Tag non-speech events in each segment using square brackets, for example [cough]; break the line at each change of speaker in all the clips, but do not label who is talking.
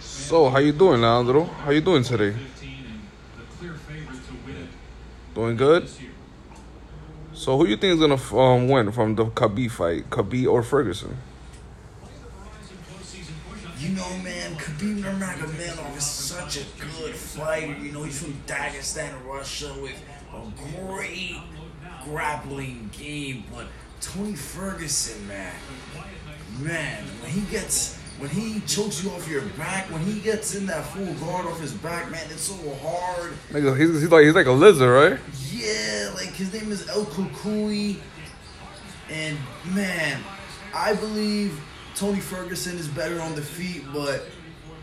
So how you doing, Leandro? How you doing today? Doing good. So who you think is gonna um, win from the Khabib fight, Khabib or Ferguson?
You know, man, Khabib Nurmagomedov is such a good fighter. You know, he's from Dagestan, Russia, with a great grappling game. But Tony Ferguson, man, man, when he gets, when he chokes you off your back, when he gets in that full guard off his back, man, it's so hard.
Nigga, he's, he's like he's like a lizard, right?
Yeah, like his name is El Kukui. And man, I believe Tony Ferguson is better on the feet, but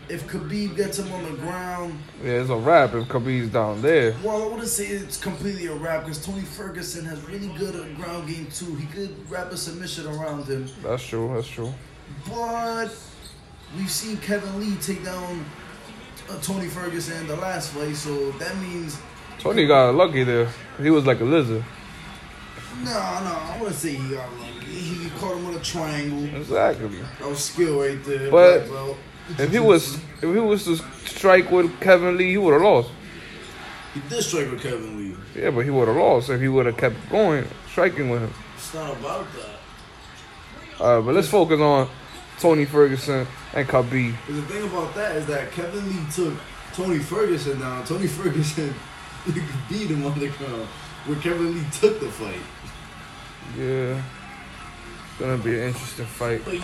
if Khabib gets him on the ground,
Yeah, it's a wrap if Khabib's down there.
well, I wouldn't say it's completely a wrap because Tony Ferguson has really good uh, ground game too. He could wrap a submission around him,
That's true. That's true.
but we've seen Kevin Lee take down uh, Tony Ferguson in the last fight, so that means
Tony got lucky there. He was like a lizard.
no, no, I wouldn't say he got lucky. He caught him on a triangle.
Exactly.
That was skill right there.
But-
black belt.
If he was if he was to strike with Kevin Lee, he would have lost.
he did strike with Kevin Lee.
Yeah, but he would have lost if he would have kept going striking with him.
It's not about that.
All right, but let's focus on Tony Ferguson and Khabib.
But the thing about that is that Kevin Lee took Tony Ferguson down. Tony [laughs] Ferguson beat him on the ground. Where Kevin Lee took the fight.
Yeah, it's gonna be an interesting fight.